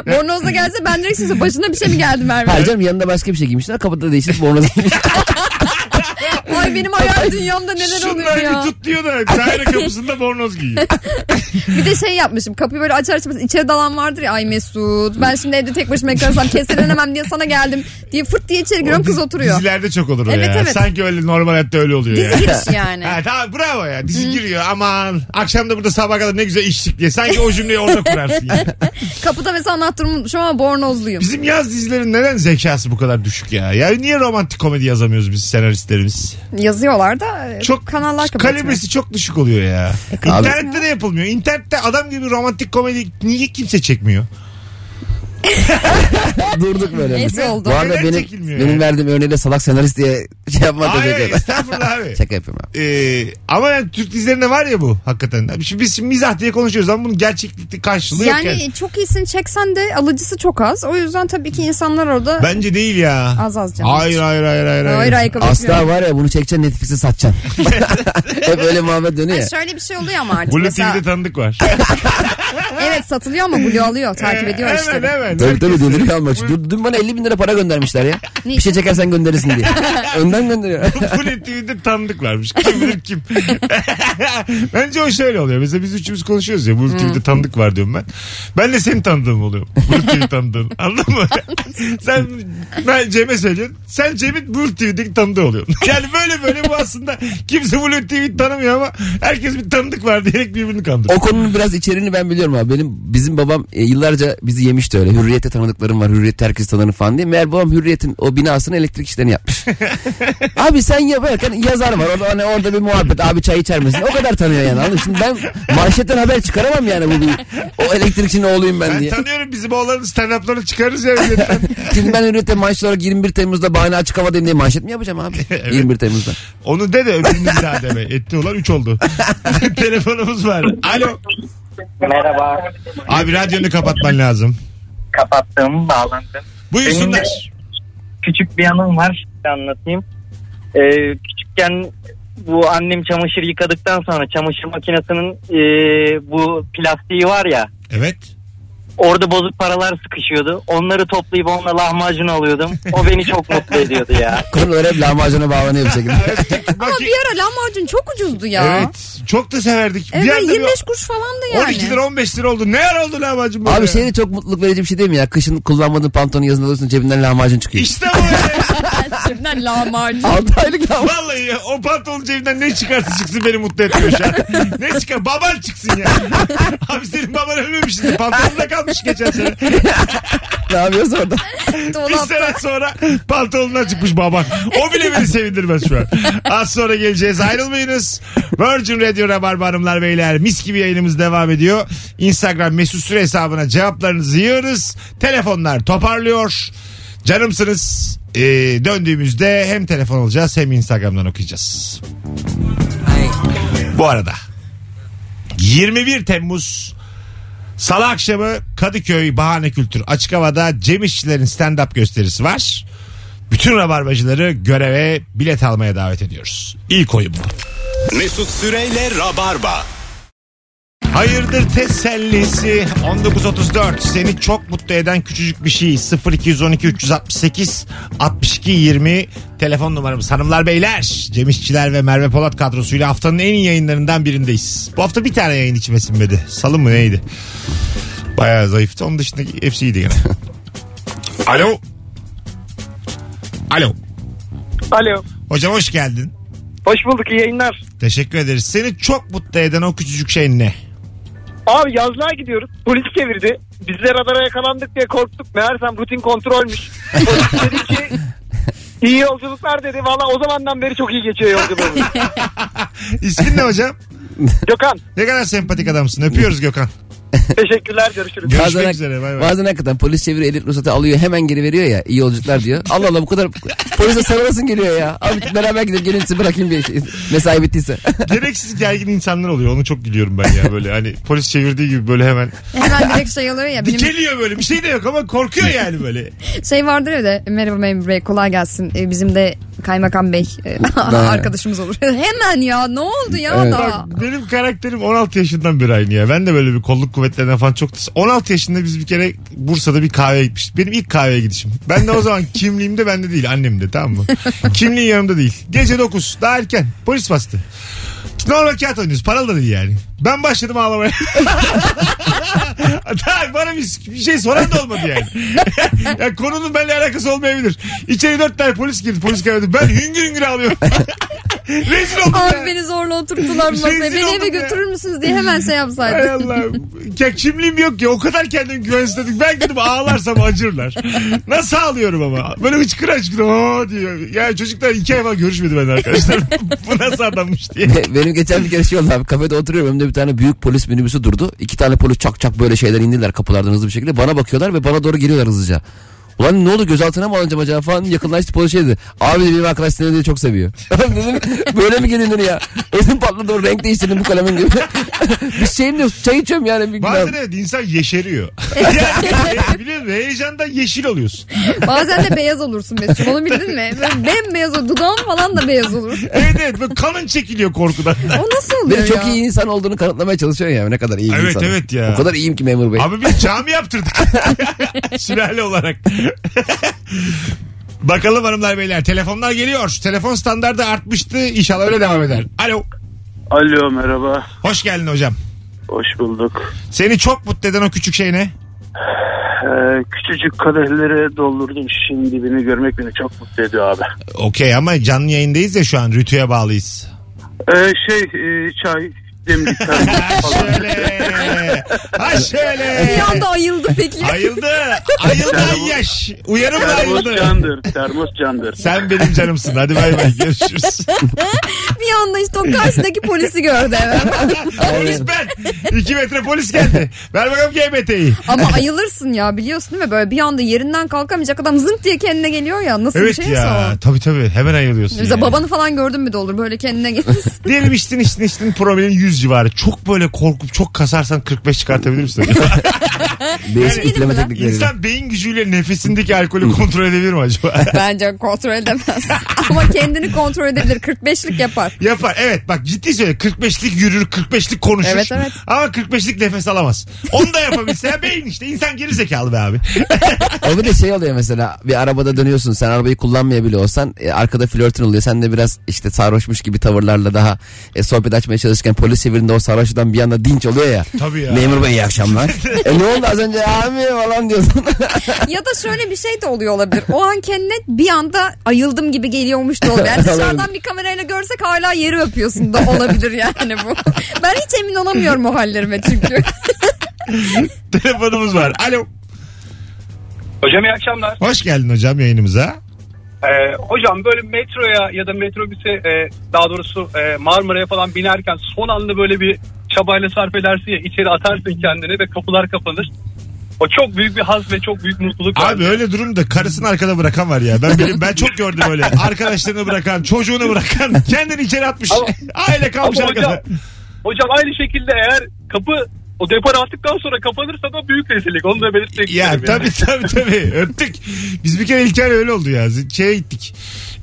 [SPEAKER 4] Bornozla gelse ben direkt size başına bir şey mi geldi
[SPEAKER 3] Hayır
[SPEAKER 4] Merve?
[SPEAKER 3] canım yanında başka bir şey giymişler. Kapıda değiştirip bornoza giymiş.
[SPEAKER 4] Ay benim hayal dünyamda neler oluyor
[SPEAKER 2] Şunları
[SPEAKER 4] ya.
[SPEAKER 2] bir tut diyor da daire kapısında bornoz giyiyor.
[SPEAKER 4] Bir de şey yapmışım kapıyı böyle açar açmaz içeri dalan vardır ya ay Mesut ben şimdi evde tek başıma kalırsam keselenemem diye sana geldim diye fırt diye içeri giriyorum kız
[SPEAKER 2] Diz-
[SPEAKER 4] oturuyor.
[SPEAKER 2] Dizilerde çok olur o
[SPEAKER 4] Evet,
[SPEAKER 2] ya.
[SPEAKER 4] evet.
[SPEAKER 2] Sanki öyle normal hayatta öyle oluyor
[SPEAKER 4] Dizi
[SPEAKER 2] ya.
[SPEAKER 4] girişi yani.
[SPEAKER 2] Ha, tamam bravo ya dizi giriyor aman akşam da burada sabah kadar ne güzel içtik diye sanki o cümleyi orada kurarsın ya.
[SPEAKER 4] Kapıda mesela anahtarımı unutmuşum ama bornozluyum.
[SPEAKER 2] Bizim yaz dizilerin neden zekası bu kadar düşük ya? Yani niye romantik komedi yazamıyoruz biz senaristlerimiz?
[SPEAKER 4] Yazıyorlar da
[SPEAKER 2] Çok
[SPEAKER 4] çok E, kanallar kapatıyor. E,
[SPEAKER 2] kalibresi çok düşük oluyor ya.
[SPEAKER 3] Abi-
[SPEAKER 2] İnternette de yapılmıyor. İnternette adam gibi romantik komedi niye kimse çekmiyor?
[SPEAKER 3] Durduk böyle.
[SPEAKER 4] Neyse oldu.
[SPEAKER 3] Bu arada
[SPEAKER 2] Neden
[SPEAKER 3] benim,
[SPEAKER 2] çekilmiyor
[SPEAKER 3] benim
[SPEAKER 2] yani?
[SPEAKER 3] verdiğim örneğiyle salak senarist diye şey yapma
[SPEAKER 2] Hayır
[SPEAKER 3] teşekkür ederim.
[SPEAKER 2] estağfurullah abi.
[SPEAKER 3] Şaka yapıyorum abi.
[SPEAKER 2] Ee, ama yani Türk dizilerinde var ya bu hakikaten. Abi Şimdi biz şimdi mizah diye konuşuyoruz ama bunun gerçeklikte karşılığı yok yani.
[SPEAKER 4] Yani çok iyisini çeksen de alıcısı çok az. O yüzden tabii ki insanlar orada
[SPEAKER 2] Bence değil ya.
[SPEAKER 4] az az canım.
[SPEAKER 2] Hayır hayır hayır hayır.
[SPEAKER 4] Hayır, hayır, kabul
[SPEAKER 3] Asla
[SPEAKER 4] etmiyorum.
[SPEAKER 3] var ya bunu çekeceksin Netflix'e satacaksın. Hep öyle muhabbet dönüyor ya.
[SPEAKER 4] Ay, Şöyle bir şey oluyor ama artık
[SPEAKER 2] Blue
[SPEAKER 4] mesela.
[SPEAKER 2] TV'de tanıdık var.
[SPEAKER 4] Evet satılıyor ama Blue alıyor takip ediyor
[SPEAKER 2] hemen,
[SPEAKER 4] işte.
[SPEAKER 2] Hemen hemen.
[SPEAKER 3] Tabii tabii deliriyor almak için. Dur- Dün bana 50 bin lira para göndermişler ya.
[SPEAKER 4] Niçin?
[SPEAKER 3] bir şey çekersen gönderirsin diye. Önden gönderiyor.
[SPEAKER 2] Bu netiminde tanıdık varmış. Kim bilir kim. Bence o şöyle oluyor. Mesela biz üçümüz konuşuyoruz ya. Bu TV'de
[SPEAKER 4] Hmm.
[SPEAKER 2] tanıdık var diyorum ben. Ben de senin tanıdığım oluyor. Bu TV'de tanıdığın. Anladın mı? sen ben Cem'e söylüyorsun. Sen Cem'in bu TV'deki tanıdığı oluyorsun. Yani böyle böyle bu aslında kimse bu TV'yi tanımıyor ama herkes bir tanıdık var diyerek birbirini kandırıyor.
[SPEAKER 3] o konunun biraz içeriğini ben biliyorum abi. Benim bizim babam e, yıllarca bizi yemişti öyle. Hürriyette tanıdıklarım var. Hürriyette herkes tanır falan diye. Meğer babam Hürriyet'in o binasını elektrik işlerini yapmış. abi sen yaparken yazar var. Orada, hani orada bir muhabbet. Abi çay içer misin? O kadar tanıyor yani. Anladın? mı? Şimdi ben manşetten haber çıkaramam yani bu bir. O elektrikçinin oğluyum ben
[SPEAKER 2] Ben
[SPEAKER 3] diye.
[SPEAKER 2] tanıyorum bizim oğlanın stand-up'larını çıkarırız ya. milletten.
[SPEAKER 3] Şimdi ben hürriyete manşet olarak 21 Temmuz'da bahane açık hava diye manşet mi yapacağım abi? 21 Temmuz'da.
[SPEAKER 2] Onu de de öbürünüz daha deme. Etti olan 3 oldu. Telefonumuz var. Alo.
[SPEAKER 7] Merhaba.
[SPEAKER 2] Abi radyonu kapatman lazım.
[SPEAKER 7] Kapattım, bağlandım.
[SPEAKER 2] Buyursunlar.
[SPEAKER 7] Benim de küçük bir anım var. size Anlatayım. Ee, küçükken bu annem çamaşır yıkadıktan sonra çamaşır makinesinin ee, bu plastiği var ya.
[SPEAKER 2] Evet.
[SPEAKER 7] Orada bozuk paralar sıkışıyordu. Onları toplayıp onunla lahmacun alıyordum. O beni çok mutlu ediyordu ya.
[SPEAKER 3] Konular hep lahmacuna bağlanıyor bir şekilde.
[SPEAKER 4] Ama
[SPEAKER 2] Maki-
[SPEAKER 4] bir ara lahmacun çok ucuzdu ya.
[SPEAKER 2] Evet. Çok da severdik.
[SPEAKER 4] Evet,
[SPEAKER 2] bir anda bir
[SPEAKER 4] 25 kuruş falandı yani.
[SPEAKER 2] 12 lira 15 lira oldu. Ne ara oldu lahmacun böyle?
[SPEAKER 3] Abi şey de çok mutluluk verici bir şey değil mi ya? Kışın kullanmadığın pantolonu yazın alıyorsun cebinden lahmacun çıkıyor.
[SPEAKER 2] İşte bu. ya.
[SPEAKER 4] Şimdiden lahmacun.
[SPEAKER 3] 6 aylık lahmacun.
[SPEAKER 2] Vallahi ya, o pantolon cebinden ne çıkarsa çıksın beni mutlu etmiyor şu an. Ne çıkar? Baban çıksın ya. Abi senin baban ölmemiş şimdi. Pantolonda kalmış geçen sene.
[SPEAKER 3] ne yapıyorsun orada?
[SPEAKER 2] Bir sene sonra pantolonundan çıkmış baban. O bile beni sevindirmez şu an. Az sonra geleceğiz. Ayrılmayınız. Virgin Radio Rabarba Hanımlar Beyler. Mis gibi yayınımız devam ediyor. Instagram mesut süre hesabına cevaplarınızı yığınız. Telefonlar toparlıyor. Canımsınız. Ee, döndüğümüzde hem telefon alacağız hem Instagram'dan okuyacağız. Bu arada 21 Temmuz Salı akşamı Kadıköy Bahane Kültür Açık Hava'da Cem İşçilerin stand-up gösterisi var. Bütün rabarbacıları göreve bilet almaya davet ediyoruz. İlk oyun bu.
[SPEAKER 1] Mesut Süreyle Rabarba.
[SPEAKER 2] Hayırdır tesellisi 1934 seni çok mutlu eden küçücük bir şey 0212 368 62 20 telefon numaramız hanımlar beyler Cem İşçiler ve Merve Polat kadrosuyla haftanın en iyi yayınlarından birindeyiz. Bu hafta bir tane yayın içime sinmedi salı mı neydi bayağı zayıftı onun dışında hepsi iyiydi gene. Alo Alo
[SPEAKER 5] Alo.
[SPEAKER 2] hocam hoş geldin
[SPEAKER 5] Hoş bulduk iyi yayınlar.
[SPEAKER 2] teşekkür ederiz seni çok mutlu eden o küçücük şey ne?
[SPEAKER 5] Abi yazlığa gidiyoruz. Polis çevirdi. Biz de radara yakalandık diye korktuk. Meğersem rutin kontrolmüş. Polis dedi ki iyi yolculuklar dedi. Valla o zamandan beri çok iyi geçiyor yolculuğumuz.
[SPEAKER 2] İsmin ne hocam?
[SPEAKER 5] Gökhan
[SPEAKER 2] Ne kadar sempatik adamsın. Öpüyoruz Gökhan.
[SPEAKER 5] teşekkürler görüşürüz.
[SPEAKER 2] Görüşmek
[SPEAKER 3] Bazen,
[SPEAKER 2] üzere. Bay bay.
[SPEAKER 3] bazen hakikaten polis çeviri elit ruhsatı alıyor hemen geri veriyor ya iyi yolculuklar diyor. Allah Allah bu kadar polise sarılasın geliyor ya. Abi beraber gidelim gelin sizi bırakayım bir şey. Mesai bittiyse.
[SPEAKER 2] Gereksiz gergin insanlar oluyor. Onu çok gülüyorum ben ya. Böyle hani polis çevirdiği gibi böyle hemen.
[SPEAKER 4] Hemen direkt şey alıyor ya. Benim
[SPEAKER 2] Dikeliyor böyle. Bir şey de yok ama korkuyor yani böyle.
[SPEAKER 4] şey vardır ya da merhaba memur bey kolay gelsin. Ee, bizim de kaymakam bey e, arkadaşımız olur. Hemen ya ne oldu ya
[SPEAKER 3] Evet.
[SPEAKER 4] da.
[SPEAKER 2] Bak benim karakterim 16 yaşından beri aynı ya. Ben de böyle bir kolluk kuvvetlerinden falan çok... 16 yaşında biz bir kere Bursa'da bir kahveye gitmiştik. Benim ilk kahveye gidişim. Ben de o zaman kimliğimde bende değil annemde tamam mı? Kimliğin yanımda değil. Gece 9 daha erken polis bastı. Normal kağıt oynuyoruz. Paralı da değil yani. Ben başladım ağlamaya. Daha bana bir, bir şey soran da olmadı yani. ya konunun benimle alakası olmayabilir. İçeri dört tane polis girdi. Polis geldi. Ben hüngür hüngür ağlıyorum. Rezil oldum ya.
[SPEAKER 4] Abi beni zorla oturttular
[SPEAKER 2] Rezil
[SPEAKER 4] masaya. Beni
[SPEAKER 2] oldum
[SPEAKER 4] eve
[SPEAKER 2] şey ya.
[SPEAKER 4] götürür müsünüz diye hemen şey
[SPEAKER 2] Hay
[SPEAKER 4] yapsaydı.
[SPEAKER 2] Allah. Ya kimliğim yok ki. O kadar kendimi güvensedik. Ben dedim ağlarsam acırlar. Nasıl ağlıyorum ama? Böyle hıçkıra hıçkıra "Aa!" diyor. Ya çocuklar iki ay falan görüşmedi ben arkadaşlar. Bu nasıl adammış diye.
[SPEAKER 3] Be- Benim geçen bir kere şey oldu abi kafede oturuyorum önümde bir tane büyük polis minibüsü durdu. İki tane polis çak çak böyle şeyler indiler kapılardan hızlı bir şekilde. Bana bakıyorlar ve bana doğru geliyorlar hızlıca. Ulan ne oldu gözaltına mı alınacağım acaba falan yakınlaştı polis şey dedi. Abi dedi, benim arkadaş seni dedi, çok seviyor. Dedim, böyle mi gelinir ya? Ödüm patladı o renk değiştirdim bu kalemin gibi. bir şeyim yok çay içiyorum yani. Bir
[SPEAKER 2] Bazen
[SPEAKER 3] günah.
[SPEAKER 2] evet insan yeşeriyor. yani, e, biliyor musun? Heyecandan yeşil oluyorsun.
[SPEAKER 4] Bazen de beyaz olursun Mesut. Onu bildin mi? Böyle bembeyaz olur. Dudağın falan da beyaz olur.
[SPEAKER 2] Evet evet böyle kanın çekiliyor korkudan.
[SPEAKER 4] O nasıl oluyor
[SPEAKER 3] Beni çok
[SPEAKER 4] ya?
[SPEAKER 3] iyi insan olduğunu kanıtlamaya çalışıyor ya. Ne kadar iyi bir
[SPEAKER 2] Evet,
[SPEAKER 3] insanım.
[SPEAKER 2] evet ya.
[SPEAKER 3] O kadar iyiyim ki memur bey.
[SPEAKER 2] Abi biz cami yaptırdık. Sülale olarak. Bakalım hanımlar beyler telefonlar geliyor. Telefon standardı artmıştı. İnşallah öyle devam eder. Alo.
[SPEAKER 8] Alo merhaba.
[SPEAKER 2] Hoş geldin hocam.
[SPEAKER 8] Hoş bulduk.
[SPEAKER 2] Seni çok mutlu eden o küçük şey ne?
[SPEAKER 8] Ee, küçücük kadehlere doldurdum şişin dibini görmek beni çok mutlu ediyor abi.
[SPEAKER 2] Okey ama canlı yayındayız ya şu an. Rütü'ye bağlıyız.
[SPEAKER 8] Ee, şey e, çay demlik çay
[SPEAKER 2] Ha
[SPEAKER 8] falan.
[SPEAKER 2] şöyle. Ha şöyle.
[SPEAKER 4] Bir anda ayıldı peki.
[SPEAKER 2] Ayıldı. Ayıldı ay yaş. Uyarım da
[SPEAKER 8] Termos
[SPEAKER 2] ayıldı.
[SPEAKER 8] candır. Termos candır.
[SPEAKER 2] Sen benim canımsın. Hadi bay bay. Görüşürüz.
[SPEAKER 4] Bir anda işte o karşıdaki polisi gördü hemen.
[SPEAKER 2] polis ben. İki metre polis geldi. Ver bakalım GMT'yi.
[SPEAKER 4] Ama ayılırsın ya biliyorsun değil mi? Böyle bir anda yerinden kalkamayacak adam zınk diye kendine geliyor ya. Nasıl bir
[SPEAKER 8] şey
[SPEAKER 2] Evet
[SPEAKER 4] şeyse
[SPEAKER 2] ya.
[SPEAKER 4] o.
[SPEAKER 2] Tabii tabii. Hemen ayılıyorsun.
[SPEAKER 4] Mesela
[SPEAKER 2] yani.
[SPEAKER 4] babanı falan gördün mü de olur böyle kendine gelirsin.
[SPEAKER 2] Diyelim içtin içtin içtin promilin 100 civarı. Çok böyle korkup çok kasarsan 45 çıkartabilir misin?
[SPEAKER 3] Değişik üfleme
[SPEAKER 4] Yedim
[SPEAKER 3] teknikleri.
[SPEAKER 2] İnsan beyin gücüyle nefesindeki alkolü kontrol edebilir mi acaba?
[SPEAKER 4] Bence kontrol edemez. Ama kendini kontrol edebilir. 45'lik yapar.
[SPEAKER 2] Yapar. Evet bak ciddi söyle 45'lik yürür 45'lik konuşur.
[SPEAKER 4] Evet, evet.
[SPEAKER 2] Ama 45'lik nefes alamaz. Onu da yapabilse ya beyin işte insan geri zekalı be abi.
[SPEAKER 3] O bir de şey oluyor mesela bir arabada dönüyorsun sen arabayı kullanmaya bile olsan e, arkada flörtün oluyor. Sen de biraz işte sarhoşmuş gibi tavırlarla daha e, sohbet açmaya çalışırken polis çevirinde o sarhoşludan bir anda dinç oluyor ya.
[SPEAKER 2] Tabii ya.
[SPEAKER 3] Memur bey iyi akşamlar. e ne oldu az önce abi falan diyorsun.
[SPEAKER 4] Ya da şöyle bir şey de oluyor olabilir. O an kendine bir anda ayıldım gibi geliyormuş da olabilir. Yani dışarıdan bir kamerayla görsek hala yeri öpüyorsun da olabilir yani bu. Ben hiç emin olamıyorum o hallerime çünkü.
[SPEAKER 2] Telefonumuz var. Alo.
[SPEAKER 9] Hocam iyi akşamlar.
[SPEAKER 2] Hoş geldin hocam yayınımıza.
[SPEAKER 9] Ee, hocam böyle metroya ya da metrobüse e, daha doğrusu e, Marmara'ya falan binerken son anda böyle bir çabayla sarf edersin ya içeri atarsın kendini ve kapılar kapanır. O çok büyük bir haz ve çok büyük mutluluk.
[SPEAKER 2] Abi
[SPEAKER 9] bence.
[SPEAKER 2] öyle durumda karısını arkada bırakan var ya. Ben bilim, ben çok gördüm öyle. Arkadaşlarını bırakan, çocuğunu bırakan, kendini içeri atmış.
[SPEAKER 9] Ama-
[SPEAKER 2] Aile kalmış
[SPEAKER 9] Ama hocam,
[SPEAKER 2] arkada.
[SPEAKER 9] hocam aynı şekilde eğer kapı o depar attıktan sonra kapanırsa da büyük rezillik. Onu da belirtmek isterim.
[SPEAKER 2] Ya
[SPEAKER 9] yani.
[SPEAKER 2] tabii tabii tabii öptük. Biz bir kere İlker öyle oldu ya. Z- Şeye gittik.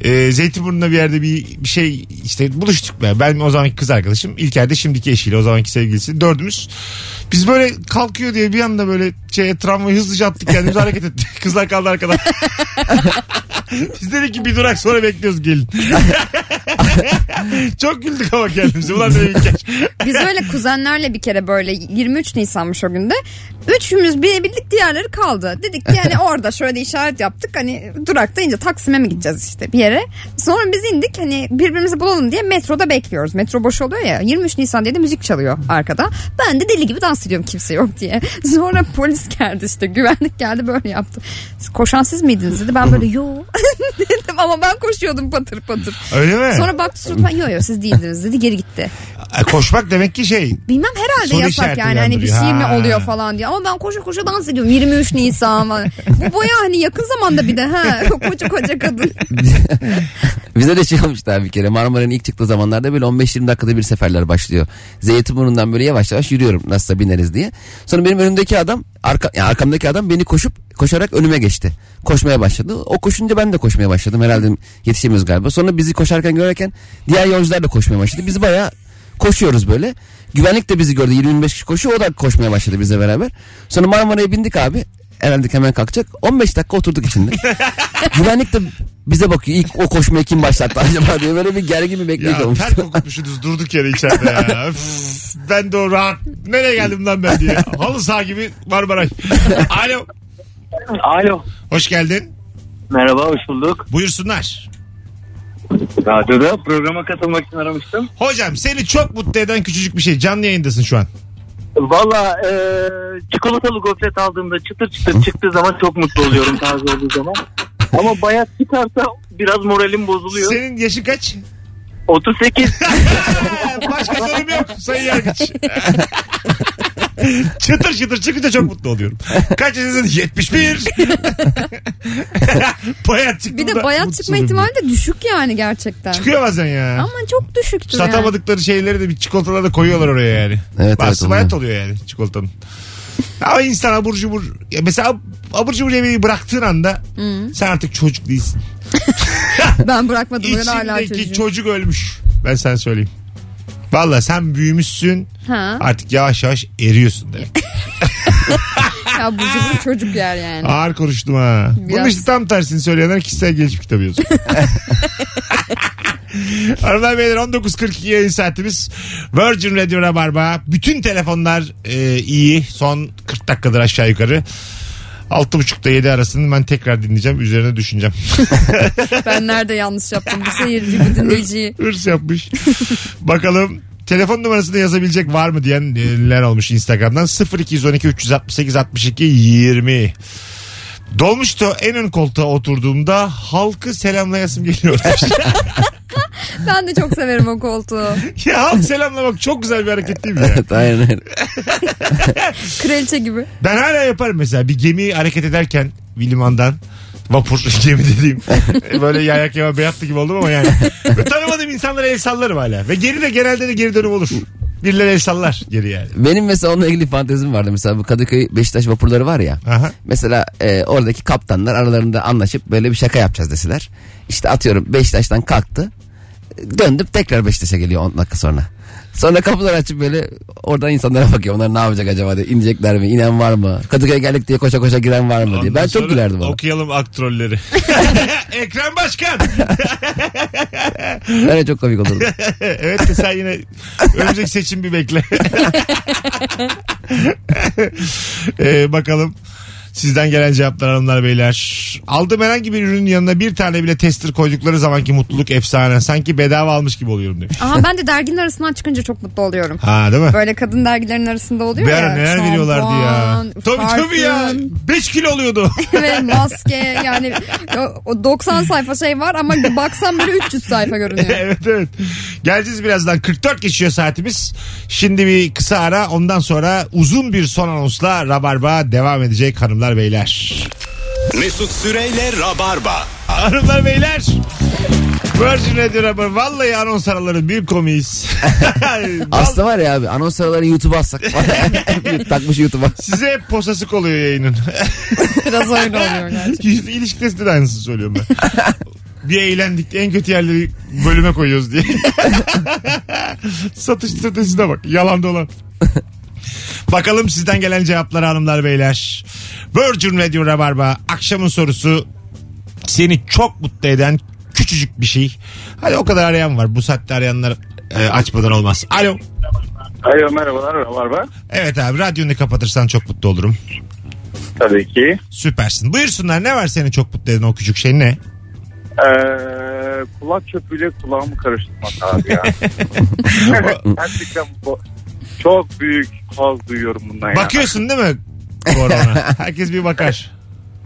[SPEAKER 2] Ee, Zeytinburnu'nda bir yerde bir, bir şey işte buluştuk. Ben, ben o zamanki kız arkadaşım İlker de şimdiki eşiyle o zamanki sevgilisi dördümüz. Biz böyle kalkıyor diye bir anda böyle şeye tramvayı hızlıca attık kendimizi hareket ettik. Kızlar kaldı arkada. Biz dedik ki bir durak sonra bekliyoruz gelin. Çok güldük ama kendimize. Ulan dedik İlker.
[SPEAKER 4] Biz öyle kuzenlerle bir kere böyle 23 Nisan'mış o günde. Üçümüz binebildik diğerleri kaldı. Dedik ki yani orada şöyle işaret yaptık. Hani durakta ince Taksim'e mi gideceğiz işte bir yere. Sonra biz indik hani birbirimizi bulalım diye metroda bekliyoruz. Metro boş oluyor ya. 23 Nisan diye de müzik çalıyor arkada. Ben de deli gibi dans ediyorum kimse yok diye. Sonra polis geldi işte güvenlik geldi böyle yaptı. Siz koşan siz miydiniz dedi. Ben böyle yo dedim ama ben koşuyordum patır patır.
[SPEAKER 2] Öyle mi? E,
[SPEAKER 4] Sonra baktı suratıma yo yo siz değildiniz dedi geri gitti.
[SPEAKER 2] Koşmak demek ki şey
[SPEAKER 4] Bilmem herhalde
[SPEAKER 2] Soru
[SPEAKER 4] yasak
[SPEAKER 2] işareti
[SPEAKER 4] yani hani bir şey
[SPEAKER 2] uyandırıyor.
[SPEAKER 4] mi
[SPEAKER 2] Ha.
[SPEAKER 4] oluyor falan diye. Ama ben koşa koşa dans ediyorum 23 Nisan falan. Bu boya hani yakın zamanda bir de ha koca koca kadın.
[SPEAKER 3] Bize de şey olmuştu abi bir kere Marmara'nın ilk çıktığı zamanlarda böyle 15-20 dakikada bir seferler başlıyor. Zeytinburnu'ndan böyle yavaş yavaş yürüyorum nasılsa bineriz diye. Sonra benim önümdeki adam arka, yani arkamdaki adam beni koşup koşarak önüme geçti. Koşmaya başladı. O koşunca ben de koşmaya başladım. Herhalde yetişemiyoruz galiba. Sonra bizi koşarken görerken diğer yolcular da koşmaya başladı. Biz bayağı koşuyoruz böyle. Güvenlik de bizi gördü. 25 kişi koşuyor. O da koşmaya başladı bizle beraber. Sonra Marmara'ya bindik abi. Herhalde hemen kalkacak. 15 dakika oturduk içinde. Güvenlik de bize bakıyor. İlk o koşmaya kim başlattı acaba diye böyle bir gergin bir bekleyiş
[SPEAKER 2] Ya ter
[SPEAKER 3] olmuştu.
[SPEAKER 2] kokutmuşsunuz durduk yere içeride ya. Üf, ben de o rahat. Nereye geldim lan ben diye. Halı saha gibi Marmaray. Alo.
[SPEAKER 7] Alo.
[SPEAKER 2] Hoş geldin.
[SPEAKER 7] Merhaba hoş bulduk.
[SPEAKER 2] Buyursunlar.
[SPEAKER 7] Radyoda programa katılmak için aramıştım.
[SPEAKER 2] Hocam seni çok mutlu eden küçücük bir şey. Canlı yayındasın şu an.
[SPEAKER 7] Valla e, çikolatalı gofret aldığımda çıtır çıtır çıktığı zaman çok mutlu oluyorum taze olduğu zaman. Ama bayat çıkarsa biraz moralim bozuluyor.
[SPEAKER 2] Senin yaşın kaç?
[SPEAKER 7] 38
[SPEAKER 2] Başka sorum yok. Sayın Yargıç. çıtır çıtır çıkınca çok mutlu oluyorum. Kaç yaşındasın? 71. bayat çıktı.
[SPEAKER 4] Bir de bayat çıkma ihtimali de düşük yani gerçekten.
[SPEAKER 2] Çıkıyor bazen ya.
[SPEAKER 4] Ama çok düşüktür yani.
[SPEAKER 2] Satamadıkları şeyleri de bir çikolatalara da koyuyorlar oraya yani.
[SPEAKER 3] Evet,
[SPEAKER 2] Bazısı
[SPEAKER 3] evet,
[SPEAKER 2] bayat oluyor yani çikolatanın. Ama insan abur cubur ya mesela ab- abur cubur yemeği bıraktığın anda sen artık çocuk değilsin.
[SPEAKER 4] Ben bırakmadım ben hala
[SPEAKER 2] İçindeki
[SPEAKER 4] çocuğum.
[SPEAKER 2] çocuk ölmüş. Ben sana söyleyeyim. Valla sen büyümüşsün
[SPEAKER 4] Ha.
[SPEAKER 2] artık yavaş yavaş eriyorsun demek.
[SPEAKER 4] Ya bu cıvır çocuk yer yani.
[SPEAKER 2] Ağır konuştum ha. Bunun
[SPEAKER 4] Biraz.
[SPEAKER 2] işte tam tersini söyleyenler kişisel gelişim kitabı yazıyor. Hanımlar beyler 19.42 yayın saatimiz. Virgin Radio Rabarba. Bütün telefonlar e, iyi. Son 40 dakikadır aşağı yukarı. 6.30'da 7 arasını ben tekrar dinleyeceğim. Üzerine düşüneceğim.
[SPEAKER 4] Ben nerede yanlış yaptım bu seyirci bu dinleyiciyi.
[SPEAKER 2] Hırs yapmış. Bakalım telefon numarasını yazabilecek var mı diyenler olmuş Instagram'dan. 0212 368 62 20. Dolmuştu en ön koltuğa oturduğumda halkı selamlayasım geliyor.
[SPEAKER 4] Ben de çok severim o koltuğu.
[SPEAKER 2] ya halk selamlamak çok güzel bir hareket değil mi ya?
[SPEAKER 3] Evet aynen aynen.
[SPEAKER 4] Kraliçe gibi.
[SPEAKER 2] Ben hala yaparım mesela bir gemi hareket ederken bir limandan vapur gemi dediğim e, böyle yayak yama beyattı gibi oldum ama yani. Ve tanımadığım insanlara el sallarım hala. Ve geri de genelde de geri dönüm olur. Birileri el sallar geri yani.
[SPEAKER 3] Benim mesela onunla ilgili fantezim vardı. Mesela bu Kadıköy Beşiktaş vapurları var ya.
[SPEAKER 2] Aha.
[SPEAKER 3] Mesela e, oradaki kaptanlar aralarında anlaşıp böyle bir şaka yapacağız deseler. İşte atıyorum Beşiktaş'tan kalktı. Döndüm tekrar Beşiktaş'a geliyor 10 dakika sonra. Sonra kapıları açıp böyle oradan insanlara bakıyor. Onlar ne yapacak acaba diye. İnecekler mi? İnen var mı? Kadıköy'e geldik diye koşa koşa giren var mı diye. Ben
[SPEAKER 2] Ondan
[SPEAKER 3] çok
[SPEAKER 2] sonra
[SPEAKER 3] gülerdim ona.
[SPEAKER 2] Okuyalım aktrolleri. Ekrem Başkan.
[SPEAKER 3] Ben de çok komik olurdu.
[SPEAKER 2] evet de sen yine önümüzdeki seçim bir bekle. Ee, bakalım. Sizden gelen cevaplar hanımlar beyler. Aldığım herhangi bir ürünün yanına bir tane bile tester koydukları zamanki mutluluk efsane. Sanki bedava almış gibi oluyorum demiş.
[SPEAKER 4] Aha ben de derginin arasından çıkınca çok mutlu oluyorum.
[SPEAKER 2] Ha değil mi?
[SPEAKER 4] Böyle kadın dergilerinin arasında oluyor
[SPEAKER 2] Bir
[SPEAKER 4] ya.
[SPEAKER 2] ara neler veriyorlardı ya.
[SPEAKER 4] şampuan,
[SPEAKER 2] Tabii tabii ya.
[SPEAKER 4] parfüm.
[SPEAKER 2] 5 kilo oluyordu.
[SPEAKER 4] ve maske yani o- o 90 sayfa şey var ama baksan böyle 300 sayfa görünüyor.
[SPEAKER 2] evet evet. Geleceğiz birazdan. 44 geçiyor saatimiz. Şimdi bir kısa ara ondan sonra uzun bir son anonsla Rabarba devam edecek hanımlar beyler.
[SPEAKER 1] Mesut Süreyle Rabarba.
[SPEAKER 2] Hanımlar beyler. Virgin Radio Rabarba. Vallahi anons araları bir komiyiz.
[SPEAKER 3] Aslında var ya abi anons araları YouTube'a atsak. Takmış YouTube'a.
[SPEAKER 2] Size hep posasık oluyor yayının.
[SPEAKER 4] Biraz öyle oluyor gerçekten.
[SPEAKER 2] İlişki testi de aynısını söylüyorum ben. bir eğlendik en kötü yerleri bölüme koyuyoruz diye. Satış stratejisine bak. Yalan dolan. Bakalım sizden gelen cevapları hanımlar beyler. Virgin Radio Rabarba akşamın sorusu seni çok mutlu eden küçücük bir şey. Hadi o kadar arayan var. Bu saatte arayanlar e, açmadan olmaz. Alo.
[SPEAKER 8] Alo merhabalar Rabarba.
[SPEAKER 2] Evet abi radyonu kapatırsan çok mutlu olurum.
[SPEAKER 8] Tabii ki.
[SPEAKER 2] Süpersin. Buyursunlar ne var seni çok mutlu eden o küçük şey ne?
[SPEAKER 8] Ee, kulak çöpüyle kulağımı karıştırmak abi ya. Gerçekten bu çok büyük haz duyuyorum bundan ya.
[SPEAKER 2] Bakıyorsun değil mi? Korona. Herkes bir bakar.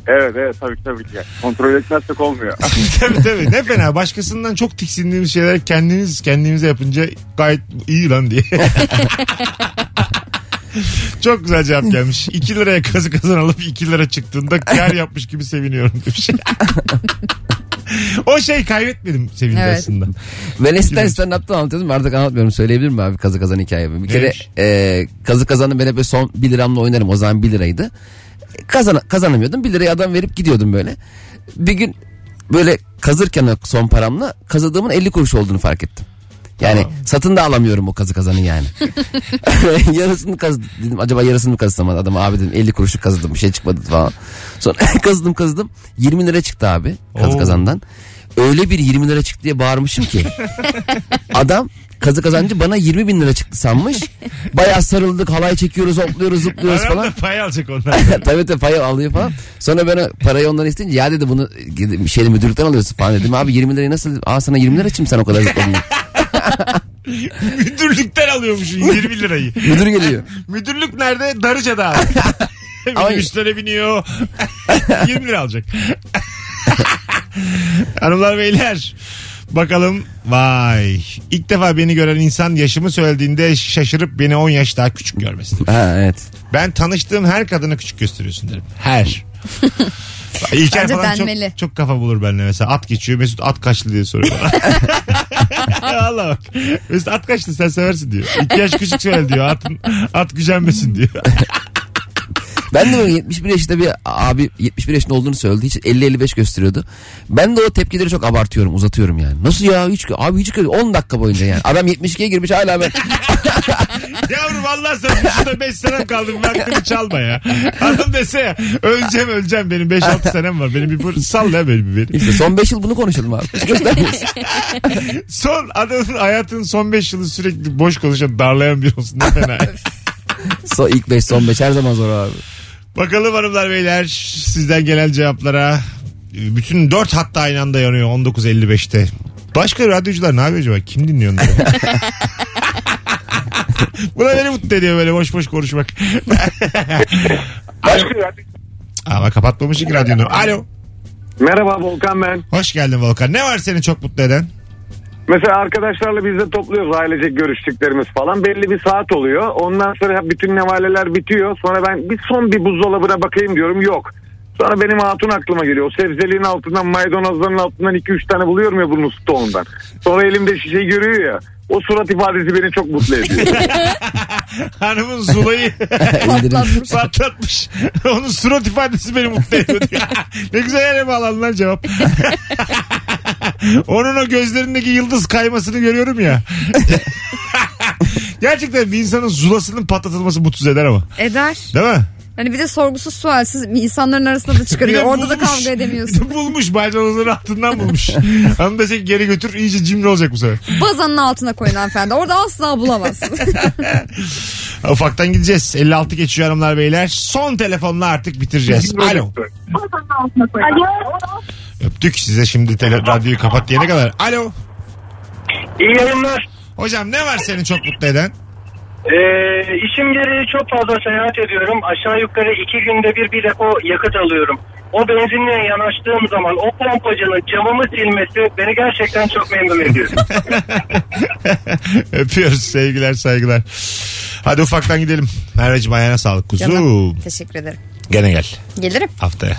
[SPEAKER 8] Evet evet tabii ki, tabii ki. Kontrol etmezsek olmuyor.
[SPEAKER 2] tabii tabii. Ne fena. Başkasından çok tiksindiğimiz şeyler kendiniz kendinize yapınca gayet iyi lan diye. çok güzel cevap gelmiş. 2 liraya kazı kazan alıp 2 lira çıktığında kar yapmış gibi seviniyorum demiş. o şey kaybetmedim sevinci
[SPEAKER 4] Evet.
[SPEAKER 2] aslında.
[SPEAKER 3] Ben eskiden stand-up'tan anlatıyordum artık anlatmıyorum söyleyebilirim mi abi kazı kazan hikayemi. Bir kere
[SPEAKER 2] Neymiş?
[SPEAKER 3] e, kazı kazandım ben hep böyle son 1 liramla oynarım o zaman 1 liraydı. Kazan, kazanamıyordum 1 lirayı adam verip gidiyordum böyle. Bir gün böyle kazırken o son paramla kazadığımın 50 kuruş olduğunu fark ettim. Yani satın da alamıyorum o kazı kazanı yani. yarısını kazdım. Dedim acaba yarısını mı kazdım adam abi dedim 50 kuruşu kazdım bir şey çıkmadı falan. Sonra kazdım kazdım 20 lira çıktı abi kazı
[SPEAKER 2] Oo.
[SPEAKER 3] kazandan. Öyle bir 20 lira çıktı diye bağırmışım ki. Adam kazı kazancı bana 20 bin lira çıktı sanmış. Bayağı sarıldık halay çekiyoruz hopluyoruz zıplıyoruz
[SPEAKER 2] Aramda
[SPEAKER 3] falan.
[SPEAKER 2] pay alacak onlar.
[SPEAKER 3] tabii tabii payı alıyor falan. Sonra ben o parayı ondan isteyince ya dedi bunu gidip şeyde müdürlükten alıyorsun falan dedim. Abi 20 lirayı nasıl? Aa sana 20 lira için mi sen o kadar zıpladın.
[SPEAKER 2] Müdürlükten alıyormuşsun 20 lirayı.
[SPEAKER 3] Müdür geliyor.
[SPEAKER 2] Müdürlük nerede? Darıca'da. Minibüslere biniyor. 20 lira alacak. Hanımlar beyler. Bakalım vay. İlk defa beni gören insan yaşımı söylediğinde şaşırıp beni 10 yaş daha küçük görmesin.
[SPEAKER 3] Ha evet.
[SPEAKER 2] Ben tanıştığım her kadını küçük gösteriyorsun derim. Her. İlker
[SPEAKER 4] Bence
[SPEAKER 2] falan çok,
[SPEAKER 4] denmeli.
[SPEAKER 2] çok kafa bulur benimle mesela. At geçiyor Mesut at kaçlı diye soruyor bana. Valla bak. Mesut at kaçlı sen seversin diyor. İki yaş küçük söyle diyor. Atın, at gücenmesin diyor.
[SPEAKER 3] Ben de böyle 71 yaşında bir abi 71 yaşında olduğunu söyledi. Hiç 50-55 gösteriyordu. Ben de o tepkileri çok abartıyorum uzatıyorum yani. Nasıl ya hiç abi hiç 10 dakika boyunca yani. Adam 72'ye girmiş hala ben.
[SPEAKER 2] Yavrum Allah sana şurada 5 senem kaldı. Bu Hakkını çalma ya. Adam dese ya. Öleceğim öleceğim benim 5-6 senem var. Benim bir sal ya beni bir beni.
[SPEAKER 3] İşte son 5 yıl bunu konuşalım abi. Hiç göstermiyorsun.
[SPEAKER 2] Son adamın hayatının son 5 yılı sürekli boş konuşan darlayan bir olsun. Ne fena.
[SPEAKER 3] Son ilk 5 son 5 her zaman zor abi.
[SPEAKER 2] Bakalım hanımlar beyler sizden gelen cevaplara. Bütün dört hatta aynı anda yanıyor 19.55'te. Başka radyocular ne yapıyor acaba? Kim dinliyor onları? Buna beni mutlu ediyor böyle boş boş konuşmak.
[SPEAKER 8] Başka bir-
[SPEAKER 2] Ama kapatmamışım ki radyonu. Alo.
[SPEAKER 8] Merhaba Volkan ben.
[SPEAKER 2] Hoş geldin Volkan. Ne var seni çok mutlu eden?
[SPEAKER 8] Mesela arkadaşlarla biz de topluyoruz ailecek görüştüklerimiz falan. Belli bir saat oluyor. Ondan sonra bütün nevaleler bitiyor. Sonra ben bir son bir buzdolabına bakayım diyorum. Yok. Sonra benim hatun aklıma geliyor. O sebzeliğin altından maydanozların altından 2-3 tane buluyorum ya bunun stoğundan. Sonra elimde şişeyi görüyor ya. O surat ifadesi beni çok mutlu ediyor.
[SPEAKER 2] Hanımın Zula'yı
[SPEAKER 3] İndirim.
[SPEAKER 2] patlatmış. Onun surat ifadesi beni mutlu ediyor. ne güzel yere bağlandın lan cevap. Onun o gözlerindeki yıldız kaymasını görüyorum ya. Gerçekten bir insanın zulasının patlatılması mutsuz eder ama.
[SPEAKER 4] Eder.
[SPEAKER 2] Değil mi?
[SPEAKER 4] Hani bir de sorgusuz sualsiz insanların arasında da
[SPEAKER 2] Bir
[SPEAKER 4] çıkarıyor.
[SPEAKER 2] de
[SPEAKER 4] Orada da
[SPEAKER 2] bulmuş.
[SPEAKER 4] kavga
[SPEAKER 2] Bir
[SPEAKER 4] edemiyorsun.
[SPEAKER 2] de bulmuş. Maydanozları altından bulmuş. Hanım desek geri götür iyice cimri olacak bu sefer.
[SPEAKER 4] Bazanın altına koyun hanımefendi. Orada asla bulamazsın.
[SPEAKER 2] Ufaktan gideceğiz. 56 geçiyor hanımlar beyler. Son telefonla artık bitireceğiz. Alo. Öptük size şimdi tele- radyoyu kapat diyene kadar. Alo.
[SPEAKER 7] İyi yayınlar.
[SPEAKER 2] Hocam ne var seni çok mutlu eden?
[SPEAKER 7] Ee, işim gereği çok fazla seyahat ediyorum. Aşağı yukarı iki günde bir bir depo yakıt alıyorum. O benzinliğe yanaştığım zaman o pompacının camımı silmesi beni gerçekten çok memnun ediyor.
[SPEAKER 2] Öpüyoruz sevgiler saygılar. Hadi ufaktan gidelim. Merveciğim ayağına sağlık kuzum.
[SPEAKER 4] Canım. Teşekkür ederim.
[SPEAKER 2] Gene gel
[SPEAKER 4] Gelirim.
[SPEAKER 2] haftaya.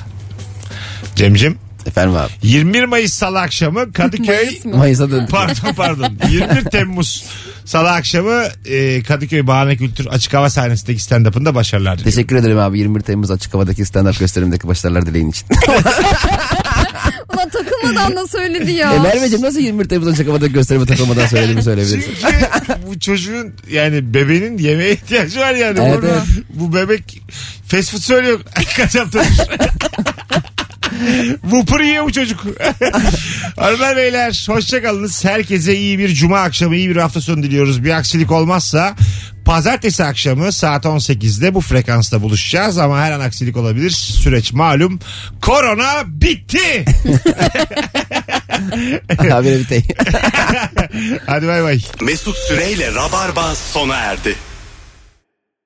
[SPEAKER 2] Cemcim
[SPEAKER 3] Efendim abi.
[SPEAKER 2] 21 Mayıs salı akşamı Kadıköy
[SPEAKER 4] Mayıs mı?
[SPEAKER 3] Mayıs'a döndük.
[SPEAKER 2] pardon pardon 21 Temmuz salı akşamı e, Kadıköy Bahane Kültür Açık Hava sahnesindeki stand-up'ında başarılar diliyorum.
[SPEAKER 3] Teşekkür ederim abi 21 Temmuz açık havadaki stand-up gösterimdeki başarılar dileğin için.
[SPEAKER 4] Ulan takılmadan da söyledi ya.
[SPEAKER 3] e Merveciğim nasıl 21 Temmuz açık havadaki gösterimi takılmadan söylediğimi söyleyebilirsin?
[SPEAKER 2] Çünkü bu çocuğun yani bebeğin yemeğe ihtiyacı var yani.
[SPEAKER 3] Evet,
[SPEAKER 2] Orada
[SPEAKER 3] evet.
[SPEAKER 2] Bu bebek fast food söylüyor. Kaç haftadır. Vupur yiyor bu çocuk. Hanımlar beyler hoşçakalınız. Herkese iyi bir cuma akşamı iyi bir hafta sonu diliyoruz. Bir aksilik olmazsa pazartesi akşamı saat 18'de bu frekansta buluşacağız. Ama her an aksilik olabilir. Süreç malum. Korona bitti.
[SPEAKER 3] Habire biteyim.
[SPEAKER 2] Hadi bay bay.
[SPEAKER 1] Mesut Süreyle Rabarba sona erdi.